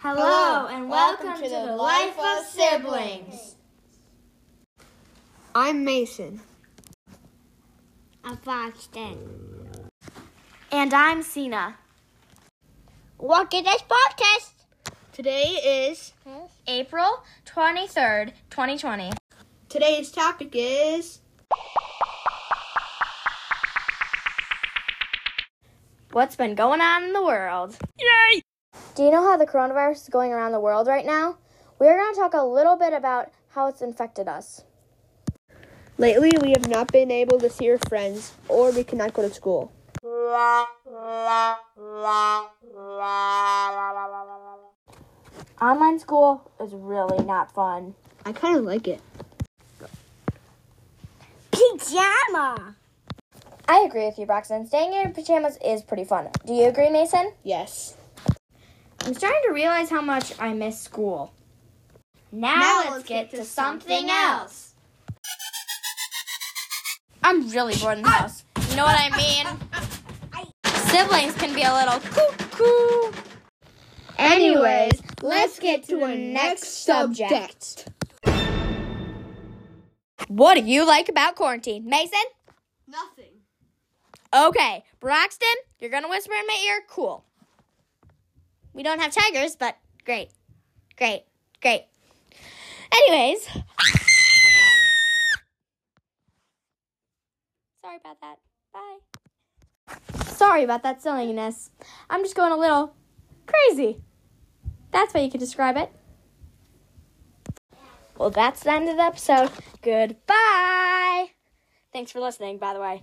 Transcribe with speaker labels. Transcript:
Speaker 1: Hello and welcome, to, the Life of Siblings.
Speaker 2: I'm Mason.
Speaker 1: I'm Foxton. And I'm Cena. Welcome to this podcast. Today is April 23rd, 2020.
Speaker 2: Today's topic is
Speaker 1: What's been going on in the world? Yay! Do you know how the coronavirus is going around the world right now? We're going to talk a little bit about how it's infected us.
Speaker 2: Lately, we have not been able to see our friends, or we cannot go to school.
Speaker 1: Online school is really not fun.
Speaker 2: I kind of like it.
Speaker 1: Pajama! I agree with you, Broxton. Staying in your pajamas is pretty fun. Do you agree, Mason?
Speaker 2: Yes.
Speaker 1: I'm starting to realize how much I miss school. Now, let's, get, to something else. I'm really bored in the house. You know what I mean? Siblings can be a little cuckoo. Anyways, let's get to the next subject. What do you like about quarantine, Mason?
Speaker 2: Nothing.
Speaker 1: Okay, Broxton, you're gonna whisper in my ear. Cool. We don't have tigers, but great, great, great. Anyways, sorry about that. Bye. Sorry about that silliness. I'm just going a little crazy. That's how you could describe it. Well, that's the end of the episode. Goodbye. Thanks for listening, by the way.